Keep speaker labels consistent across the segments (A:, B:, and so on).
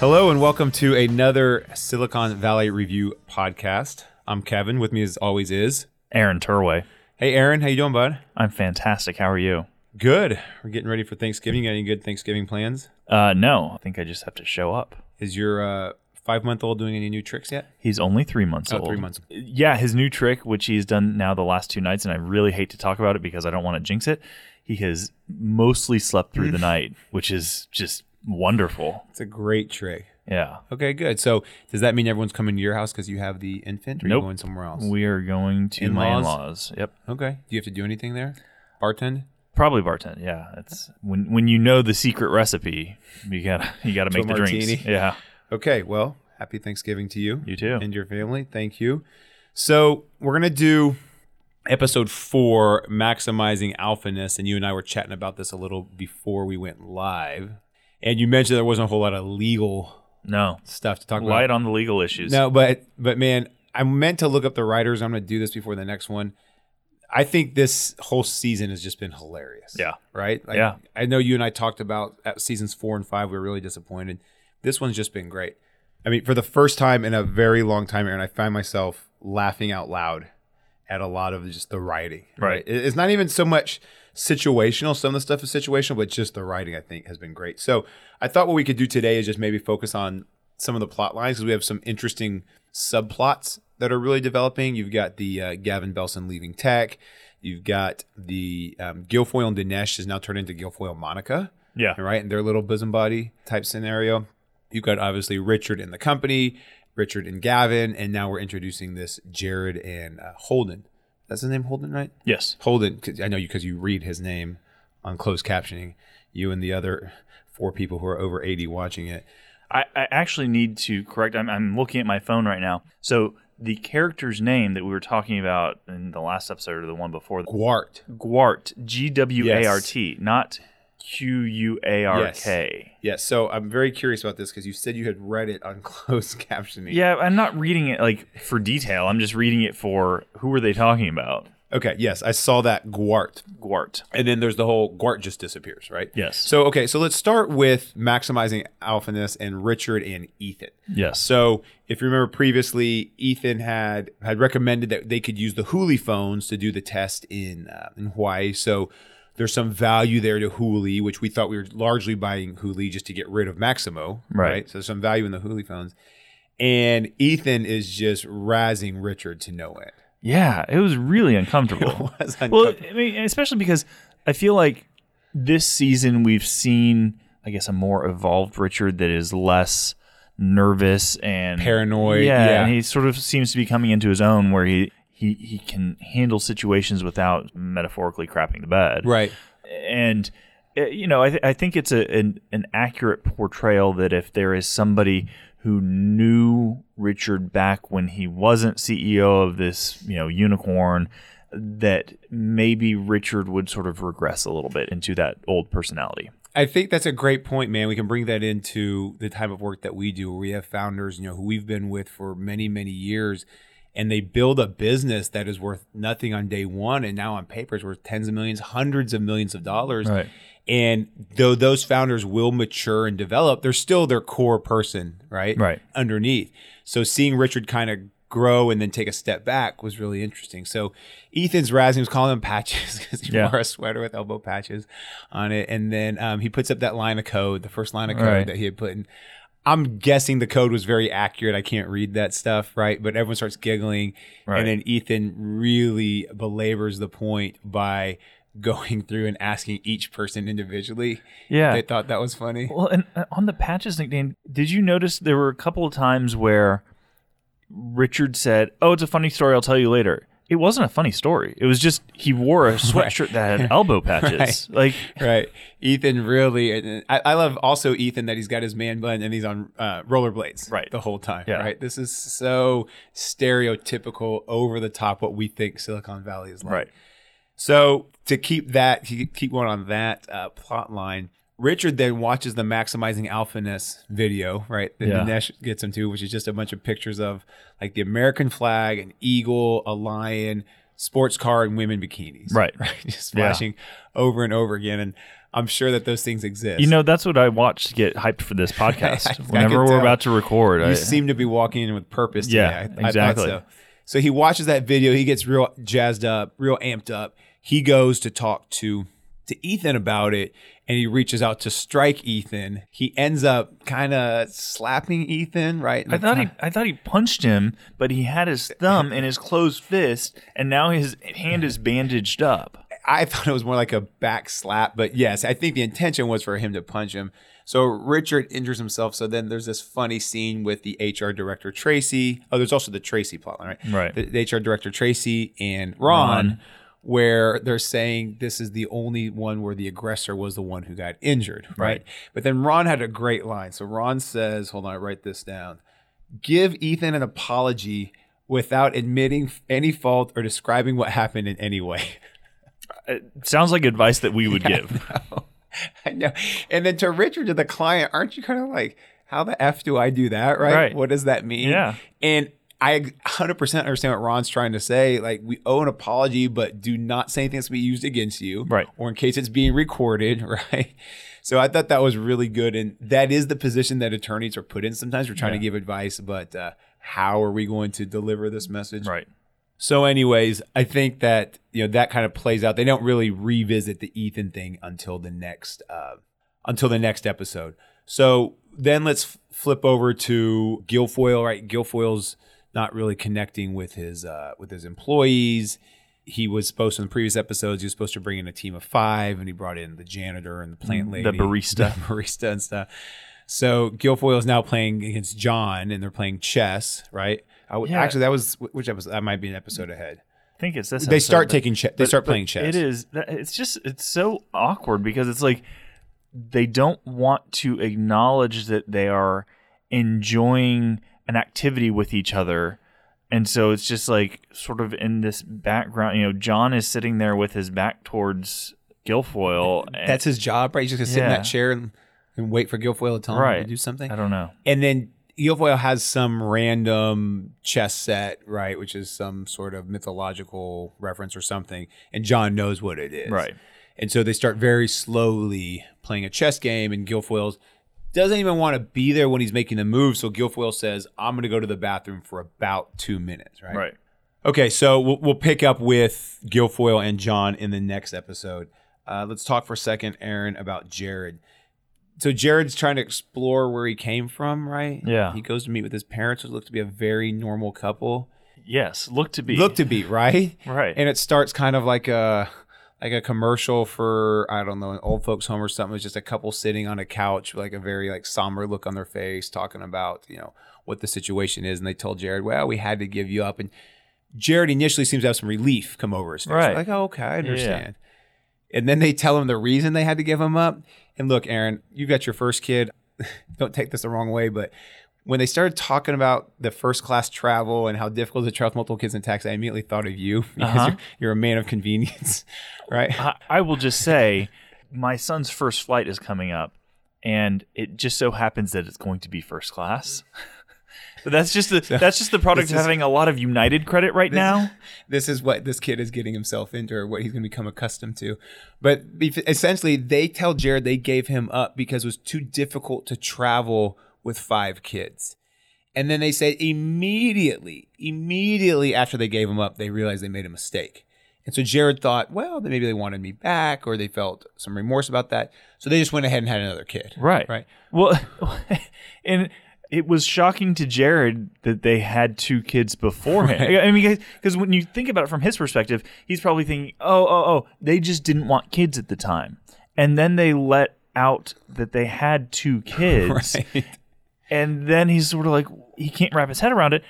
A: Hello and welcome to another Silicon Valley Review podcast. I'm Kevin. With me, as always, is
B: Aaron Turway.
A: Hey, Aaron. How you doing, bud?
B: I'm fantastic. How are you?
A: Good. We're getting ready for Thanksgiving. You got any good Thanksgiving plans?
B: Uh, no, I think I just have to show up.
A: Is your uh, five month old doing any new tricks yet?
B: He's only three months
A: Oh,
B: old.
A: three months.
B: Yeah, his new trick, which he's done now the last two nights, and I really hate to talk about it because I don't want to jinx it. He has mostly slept through the night, which is just wonderful.
A: It's a great trick.
B: Yeah.
A: Okay, good. So, does that mean everyone's coming to your house because you have the infant, or are you
B: Nope.
A: going somewhere else?
B: We are going to my in-laws. Yep.
A: okay. Do you have to do anything there? Bartend.
B: Probably bartend. Yeah. It's when when you know the secret recipe, you gotta you gotta
A: To a
B: make the drinks.
A: martini.
B: Yeah.
A: Okay. Well, happy Thanksgiving to you.
B: You too.
A: and your family. Thank you. So we're gonna do episode four, maximizing alphaness, and you and I were chatting about this a little before we went live. And you mentioned there wasn't a whole lot of legal
B: No.
A: stuff to talk
B: Light
A: about.
B: on the legal issues.
A: No, but but man, I meant to look up the writers. I'm gonna do this before the next one. I think this whole season has just been hilarious.
B: Yeah.
A: Right? Like,
B: Yeah.
A: I know you and I talked about at seasons four and five, we were really disappointed. This one's just been great. I mean, for the first time in a very long time, Aaron, I find myself laughing out loud at a lot of just the writing.
B: Right.
A: It- It's not even so much situational. Some of the stuff is situational, but just the writing, I think, has been great. So I thought what we could do today is just maybe focus on some of the plot lines because we have some interesting subplots that are really developing. You've got the uh, Gavin Belson leaving tech. You've got the um, Guilfoyle and Dinesh is now turned into Guilfoyle and Monica
B: Yeah.
A: right? In their little bosom body type scenario. You've got obviously Richard in the company, Richard and Gavin, and now we're introducing this Jared and uh, Holden. That's the name Holden, right?
B: Yes.
A: Holden, 'cause I know you because you read his name on closed captioning. You and the other four people who are over 80 watching it.
B: I, I actually need to correct. I'm, I'm looking at my phone right now. So the character's name that we were talking about in the last episode or the one before,
A: Gwart.
B: Gwart, G W A R T, not Q U A R K.
A: Yes. So I'm very curious about this because you said you had read it on closed captioning.
B: Yeah, I'm not reading it like for detail. I'm just reading it for who were they talking about?
A: Okay. Yes. I saw that Gwart.
B: Gwart.
A: And then there's the whole Gwart just disappears, right?
B: Yes.
A: So okay, so let's start with maximizing alphaness and Richard and Ethan.
B: yes.
A: So if you remember previously, Ethan had had recommended that they could use the Hooli phones to do the test in uh, in Hawaii. So there's some value there to Hooli, which we thought we were largely buying Hooli just to get rid of Maximo,
B: Right.
A: So there's some value in the Hooli phones. And Ethan is just razzing Richard to no end.
B: yeah, it was really uncomfortable.
A: Was
B: Well,
A: uncomfortable.
B: I mean, especially because I feel like this season we've seen, I guess, a more evolved Richard that is less nervous and
A: Paranoid,
B: Yeah,
A: yeah.
B: and he sort of seems to be coming into his own where he he he can handle situations without metaphorically crapping the bed,
A: right.
B: and uh, you know, I, th- I think it's a an, an accurate portrayal that if there is somebody who knew Richard back when he wasn't CEO of this, you know, unicorn, that maybe Richard would sort of regress a little bit into that old personality.
A: I think that's a great point, man. We can bring that into the type of work that we do, where we have founders, you know, who we've been with for many, many years, and they build a business that is worth nothing on day one, and now on paper is worth tens of millions, hundreds of millions of dollars.
B: Right.
A: And though those founders will mature and develop, they're still their core person, right?
B: Right.
A: Underneath. So seeing Richard kind of grow and then take a step back was really interesting. So Ethan's razzing, he was calling him patches because he
B: Yeah.
A: wore a sweater with elbow patches on it. And then um, he puts up that line of code, the first line of code
B: Right.
A: that he had put in. I'm guessing the code was very accurate. I can't read that stuff, right? But everyone starts giggling.
B: Right.
A: And then Ethan really belabors the point by going through and asking each person individually.
B: Yeah.
A: They thought that was funny.
B: Well, and uh, on the patches nickname, did you notice there were a couple of times where Richard said, "Oh, it's a funny story. I'll tell you later." It wasn't a funny story. It was just he wore a sweatshirt that had elbow patches. Like,
A: Right. Ethan really, and I, I love also Ethan that he's got his man bun and he's on uh, rollerblades
B: Right.
A: the whole time.
B: Yeah.
A: Right. This is so stereotypical, over the top, what we think Silicon Valley is like. So to keep that, he- keep going on that uh, plot line. Richard then watches the maximizing alphaness video, right? That
B: Yeah.
A: Dinesh gets him to, which is just a bunch of pictures of like the American flag, an eagle, a lion, sports car, and women bikinis.
B: Right.
A: Right. Just flashing over and over again. And I'm sure that those things exist.
B: You know, that's what I watch to get hyped for this
A: I can
B: podcast. Whenever we're
A: tell.
B: about to record,
A: you
B: I,
A: seem to be walking in with purpose. Today.
B: Yeah,
A: I- I thought
B: exactly.
A: so. So he watches that video. He gets real jazzed up, real amped up. He goes to talk to to Ethan about it, and he reaches out to strike Ethan. He ends up kind of slapping Ethan, right?
B: I thought he, I thought he punched him, but he had his thumb in his closed fist, and now his hand is bandaged up.
A: I thought it was more like a back slap, but yes, I think the intention was for him to punch him. So Richard injures himself. So then there's this funny scene with the HR director Tracy. Oh, there's also the Tracy plotline, right?
B: Right.
A: The, the HR director Tracy and Ron, where they're saying this is the only one where the aggressor was the one who got injured, right? But then Ron had a great line. So Ron says, "Hold on, I write this down." give Ethan an apology without admitting any fault or describing what happened in any way.
B: Sounds like advice that we would give.
A: I know. And then to Richard, to the client, aren't you kind of like, how the F do I do that? Right.
B: Right.
A: What does that mean?
B: Yeah.
A: And I 100% understand what Ron's trying to say. Like, we owe an apology, but do not say anything that's be used against you.
B: Right.
A: Or in case it's being recorded. Right. So I thought that was really good. And that is the position that attorneys are put in. Sometimes we're trying to give advice, but uh, how are we going to deliver this message?
B: Right.
A: So, anyways, I think that you know that kind of plays out. They don't really revisit the Ethan thing until the next uh, until the next episode. So then let's f- flip over to Guilfoyle. Right, Guilfoyle's not really connecting with his uh, with his employees. He was supposed in the previous episodes. He was supposed to bring in a team of five, and he brought in the janitor and the plant lady,
B: Mm-hmm. The barista.
A: the barista, and stuff. So Guilfoyle is now playing against John, and they're playing chess. Right. I would
B: Yeah.
A: Actually, that was wh- which episode? That might be an episode ahead.
B: I think it's this.
A: They
B: episode,
A: start
B: but-
A: taking chess. They
B: but-
A: start
B: but
A: playing chess.
B: It is. that- It's just. It's so awkward because it's like they don't want to acknowledge that they are enjoying an activity with each other, and so it's just like sort of in this background. You know, John is sitting there with his back towards Guilfoyle. and-
A: That's his job, right? He's just gonna sit in
B: Yeah.
A: that chair and, and wait for Guilfoyle to tell him
B: Right.
A: to do something.
B: I don't know.
A: And then Guilfoyle has some random chess set, right, which is some sort of mythological reference or something, and John knows what it is,
B: Right.
A: And so they start very slowly playing a chess game, and Guilfoyle doesn't even want to be there when he's making the move. So Guilfoyle says, "I'm gonna go to the bathroom for about two minutes," right?
B: Right.
A: Okay, so we'll, we'll pick up with Guilfoyle and John in the next episode. Uh, let's talk for a second, Aaron, about Jared. So Jared's trying to explore where he came from, right?
B: Yeah.
A: He goes to meet with his parents, which look to be a very normal couple.
B: Yes. Look to be.
A: Look to be, right?
B: Right.
A: And it starts kind of like a like a commercial for I don't know an old folks home or something. It's just a couple sitting on a couch, with like a very like somber look on their face, talking about you know what the situation is. And they told Jared, "Well, we had to give you up." And Jared initially seems to have some relief come over his face,
B: Right.
A: like, "Oh, okay, I understand." And then they tell him the reason they had to give him up. And look, Aaron, you've got your first kid. don't take this the wrong way, but when they started talking about the first class travel and how difficult it is to travel with multiple kids in taxi, I immediately thought of you because
B: Uh-huh.
A: you're, you're a man of convenience, right?
B: I, I will just say, my son's first flight is coming up, and it just so happens that it's going to be first class. but that's just the that's just the product of
A: is-
B: having a lot of United credit right now.
A: This is what this kid is getting himself into or what he's going to become accustomed to. But be- essentially, they tell Jared they gave him up because it was too difficult to travel with five kids. And then they said immediately, immediately after they gave him up, they realized they made a mistake. And so Jared thought, well, then maybe they wanted me back or they felt some remorse about that. So they just went ahead and had another kid.
B: Right.
A: Right.
B: Well, and it was shocking to Jared that they had two kids before him. I mean, because when you think about it from his perspective, he's probably thinking, "Oh, oh, oh, they just didn't want kids at the time," and then they let out that they had two kids, and then he's sort of like he can't wrap his head around it.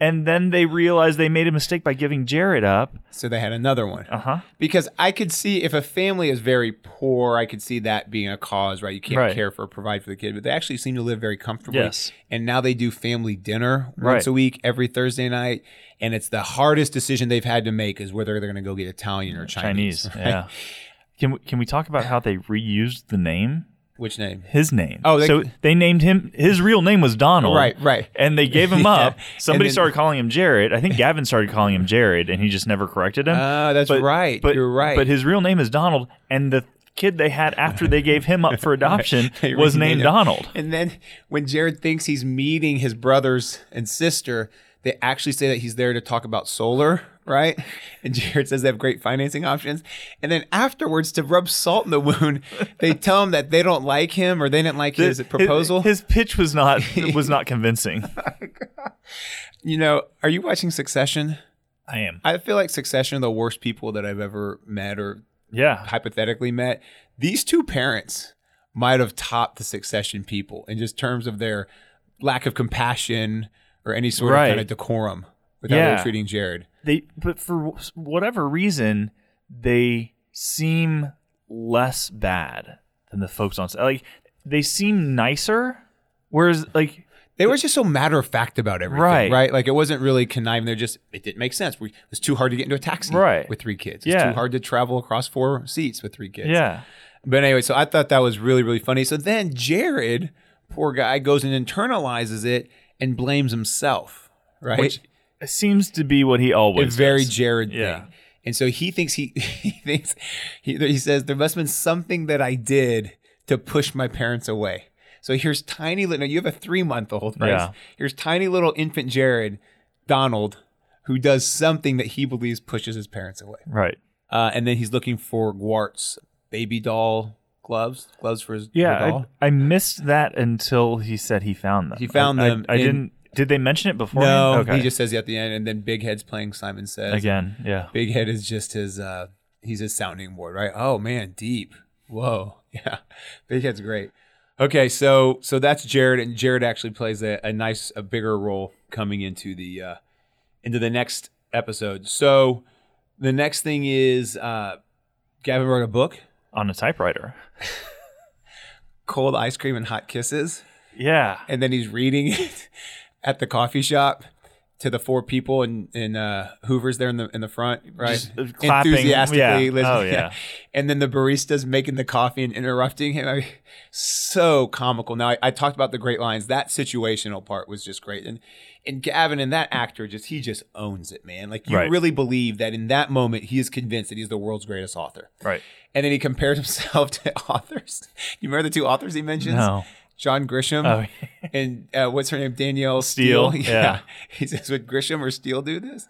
B: And then they realize they made a mistake by giving Jared up.
A: So they had another one.
B: Uh huh.
A: because I could see if a family is very poor, I could see that being a cause, right? You can't
B: Right.
A: care for provide for the kid, but they actually seem to live very comfortably.
B: Yes.
A: And now they do family dinner once
B: Right.
A: a week every Thursday night, and it's the hardest decision they've had to make is whether they're going to go get Italian or Chinese.
B: Chinese. Yeah. Can we, can we talk about how they reused the name?
A: Which name?
B: his name.
A: Oh, they-
B: so they named him. His real name was Donald.
A: Right, right.
B: And they gave him
A: Yeah.
B: up.
A: And
B: Somebody
A: then-
B: started calling him Jared. I think Gavin started calling him Jared, and he just never corrected him.
A: Ah, that's right. You're right.
B: But his real name is Donald, and the kid they had after they gave him up for adoption
A: They
B: was
A: renamed
B: named
A: him.
B: Donald.
A: And then when Jared thinks he's meeting his brothers and sister, they actually say that he's there to talk about solar, right? And Jared says they have great financing options. And then afterwards, to rub salt in the wound, they tell him that they don't like him or they didn't like his proposal.
B: His, pitch was not was not convincing.
A: you know, are you watching Succession?
B: I am.
A: I feel like Succession are the worst people that I've ever met or
B: Yeah.
A: hypothetically met. These two parents might have topped the succession people in just terms of their lack of compassion or any sort
B: Right.
A: of kind of decorum with how
B: Yeah.
A: they're treating Jared.
B: They but for whatever reason they seem less bad than the folks on like they seem nicer whereas like
A: They were just so matter of fact about everything,
B: Right.
A: right? Like it wasn't really conniving. They're just it didn't make sense. We, it was too hard to get into a taxi
B: Right.
A: with three kids. It's
B: Yeah.
A: too hard to travel across four seats with three kids.
B: yeah.
A: But anyway, so I thought that was really, really funny. So then Jared, poor guy, goes and internalizes it and blames himself, right?
B: Which it seems to be what he always
A: a very
B: does.
A: Jared
B: Yeah.
A: thing. And so he thinks he, he thinks he, he says there must have been something that I did to push my parents away. So here's tiny little. Now you have a three month old, right?
B: Yeah.
A: Here's tiny little infant Jared Donald, who does something that he believes pushes his parents away.
B: right.
A: Uh, and then he's looking for Gwart's baby doll gloves, gloves for his for doll.
B: Yeah, I, I missed that until he said he found them.
A: He found
B: I- I-
A: them
B: I,
A: in-
B: didn't. Did they mention it before?
A: no,
B: me? okay.
A: he just says it at the end, and then Big Head's playing Simon Says.
B: again. Yeah,
A: Big Head is just his uh he's his sounding board, right? Oh man, deep. Whoa. Yeah. Big Head's great. Okay, so so that's Jared and Jared actually plays a, a nice a bigger role coming into the uh into the next episode. So the next thing is uh Gavin wrote a book
B: on a typewriter.
A: Cold Ice Cream and Hot Kisses
B: Yeah,
A: and then he's reading it at the coffee shop to the four people in in uh, Hoover's there in the in the front, right?
B: Just, uh, clapping.
A: enthusiastically.
B: Yeah.
A: listening.
B: Oh, yeah.
A: And then the barista's making the coffee and interrupting him. I mean, so comical. Now I, I talked about the great lines. That situational part was just great, and and Gavin and that actor just he just owns it, man. Like you
B: Right.
A: really believe that in that moment he is convinced that he's the world's greatest author.
B: right.
A: And then he compares himself to authors. You remember the two authors he mentions?
B: No.
A: John Grisham
B: Oh,
A: and uh, what's her name? Danielle
B: Steele,
A: Steele.
B: yeah.
A: He says, would Grisham or Steele do this?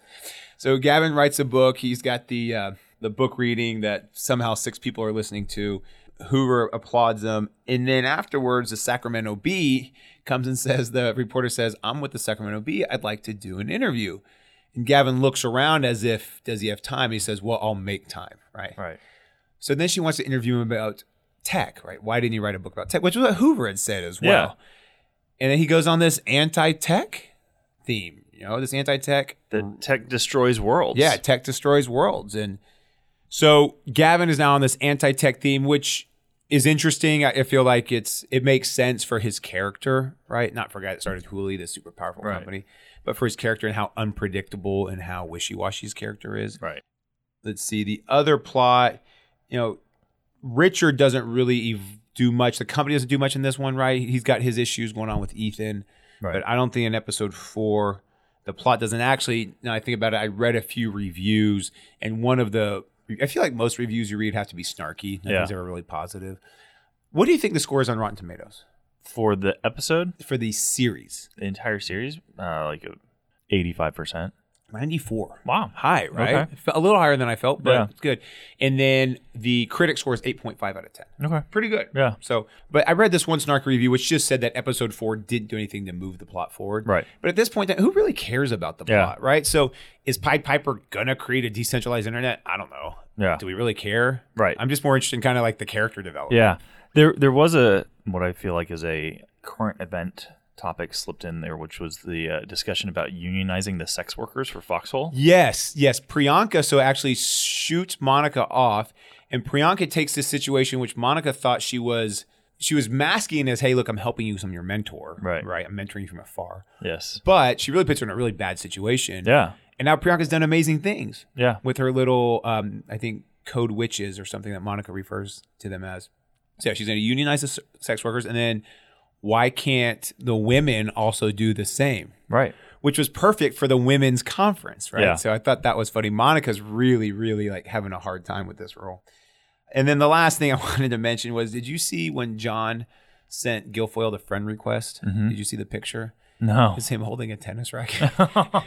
A: So Gavin writes a book. He's got the uh, the book reading that somehow six people are listening to. Hoover applauds them, and then afterwards, the Sacramento Bee comes and says, the reporter says, "I'm with the Sacramento Bee. I'd like to do an interview." And Gavin looks around as if, does he have time? He says, "Well, I'll make time." Right.
B: right.
A: So then she wants to interview him about tech, right? Why didn't he write a book about tech? Which was what Hoover had said as well.
B: Yeah.
A: And then he goes on this anti-tech theme, you know, this anti-tech.
B: The tech destroys worlds.
A: Yeah, tech destroys worlds. And so Gavin is now on this anti-tech theme, which is interesting. I I feel like it's it makes sense for his character, right? Not for a guy that started Hooli, this super powerful
B: Right.
A: company, but for his character and how unpredictable and how wishy-washy his character is
B: Right.
A: let's see the other plot you know richard doesn't really ev- do much the company doesn't do much in this one right he's got his issues going on with ethan
B: Right.
A: but i don't think in episode four the plot doesn't actually now i think about it i read a few reviews and one of the i feel like most reviews you read have to be snarky nothing's
B: Yeah.
A: ever really positive what do you think the score is on rotten tomatoes
B: For the episode,
A: for the series
B: the entire series, uh, like eighty-five percent.
A: 94
B: Wow.
A: high right
B: Okay.
A: It felt a little higher than i felt but
B: Yeah.
A: it's good and then the critic score is 8.5 out of 10
B: Okay.
A: pretty good.
B: Yeah.
A: So, but I read this one snarky review which just said that episode four didn't do anything to move the plot forward.
B: Right.
A: But at this point, who really cares about the
B: Yeah.
A: plot, right? So, is Pied Piper gonna create a decentralized internet? I don't know.
B: Yeah.
A: Do we really care?
B: Right.
A: I'm just more interested in kind of like the character development.
B: Yeah. There there was a what I feel like is a current event topic slipped in there, which was the uh, discussion about unionizing the sex workers for Foxhole.
A: Yes, yes. Priyanka so actually shoots Monica off, and Priyanka takes this situation which Monica thought she was she was masking as, "Hey, look, I'm helping you. 'cause I'm your mentor.
B: Right.
A: Right. I'm mentoring you from afar."
B: Yes.
A: But she really puts her in a really bad situation.
B: Yeah.
A: And now Priyanka's done amazing things
B: Yeah.
A: with her little, um, I think, code witches or something that Monica refers to them as. So yeah, she's going to unionize the s- sex workers. And then why can't the women also do the same?
B: Right.
A: Which was perfect for the women's conference, right?
B: Yeah.
A: So I thought that was funny. Monica's really, really like having a hard time with this role. And then the last thing I wanted to mention was did you see when John sent Guilfoyle the friend request? Did you see the picture?
B: No.
A: It's him holding a tennis racket.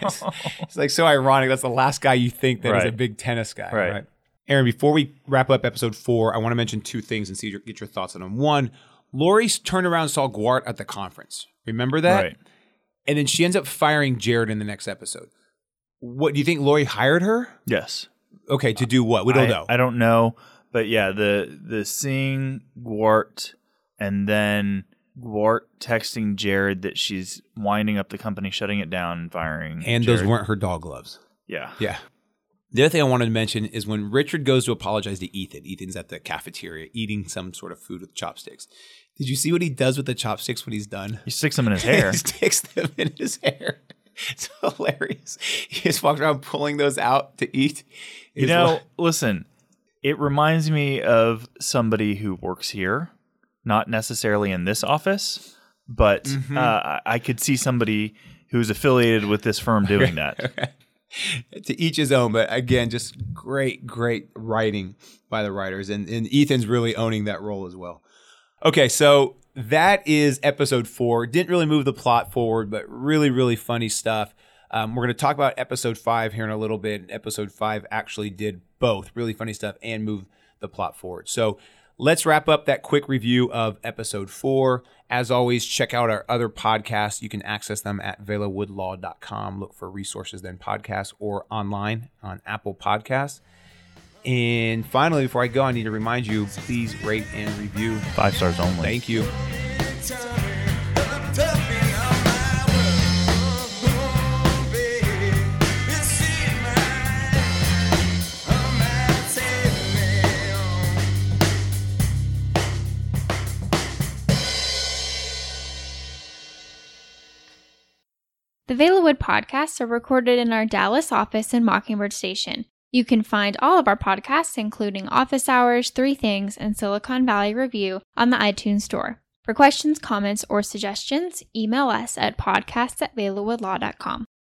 A: it's, it's like so ironic. That's the last guy you think that is a
B: Right.
A: big tennis guy, right.
B: Right.
A: Aaron, before we wrap up episode four, I want to mention two things and see your, get your thoughts on them. One, Lori's turnaround saw Guart at the conference. Remember that?
B: Right.
A: And then she ends up firing Jared in the next episode. What do you think Lori hired her?
B: Yes.
A: Okay, to do what? We don't
B: I,
A: know.
B: I don't know, but yeah, the the seeing Gwart and then Gwart texting Jared that she's winding up the company, shutting it down, and firing.
A: and
B: Jared.
A: those weren't her dog gloves.
B: yeah,
A: Yeah. The other thing I wanted to mention is when Richard goes to apologize to Ethan, Ethan's at the cafeteria eating some sort of food with chopsticks. Did you see what he does with the chopsticks when he's done?
B: he sticks them in his hair.
A: he sticks them in his hair. It's hilarious. He just walks around pulling those out to eat.
B: you know, listen, it reminds me of somebody who works here, not necessarily in this office, but
A: Mm-hmm.
B: uh, I- I could see somebody who's affiliated with this firm doing that.
A: to each his own, but again, just great, great writing by the writers. And, and Ethan's really owning that role as well. Okay, so that is episode four. Didn't really move the plot forward, but really, really funny stuff. Um, we're going to talk about episode five here in a little bit. Episode five actually did both really funny stuff and move the plot forward. So let's wrap up that quick review of episode four. As always, check out our other podcasts. You can access them at velawoodlaw.com. Look for resources, then podcasts, or online on Apple Podcasts. And finally, before I go, I need to remind you please rate and review.
B: Five stars only.
A: Thank you.
C: The Velawood podcasts are recorded in our Dallas office in Mockingbird Station. You can find all of our podcasts, including Office Hours, Three Things, and Silicon Valley Review, on the iTunes Store. For questions, comments, or suggestions, email us at podcasts at velawoodlaw.com.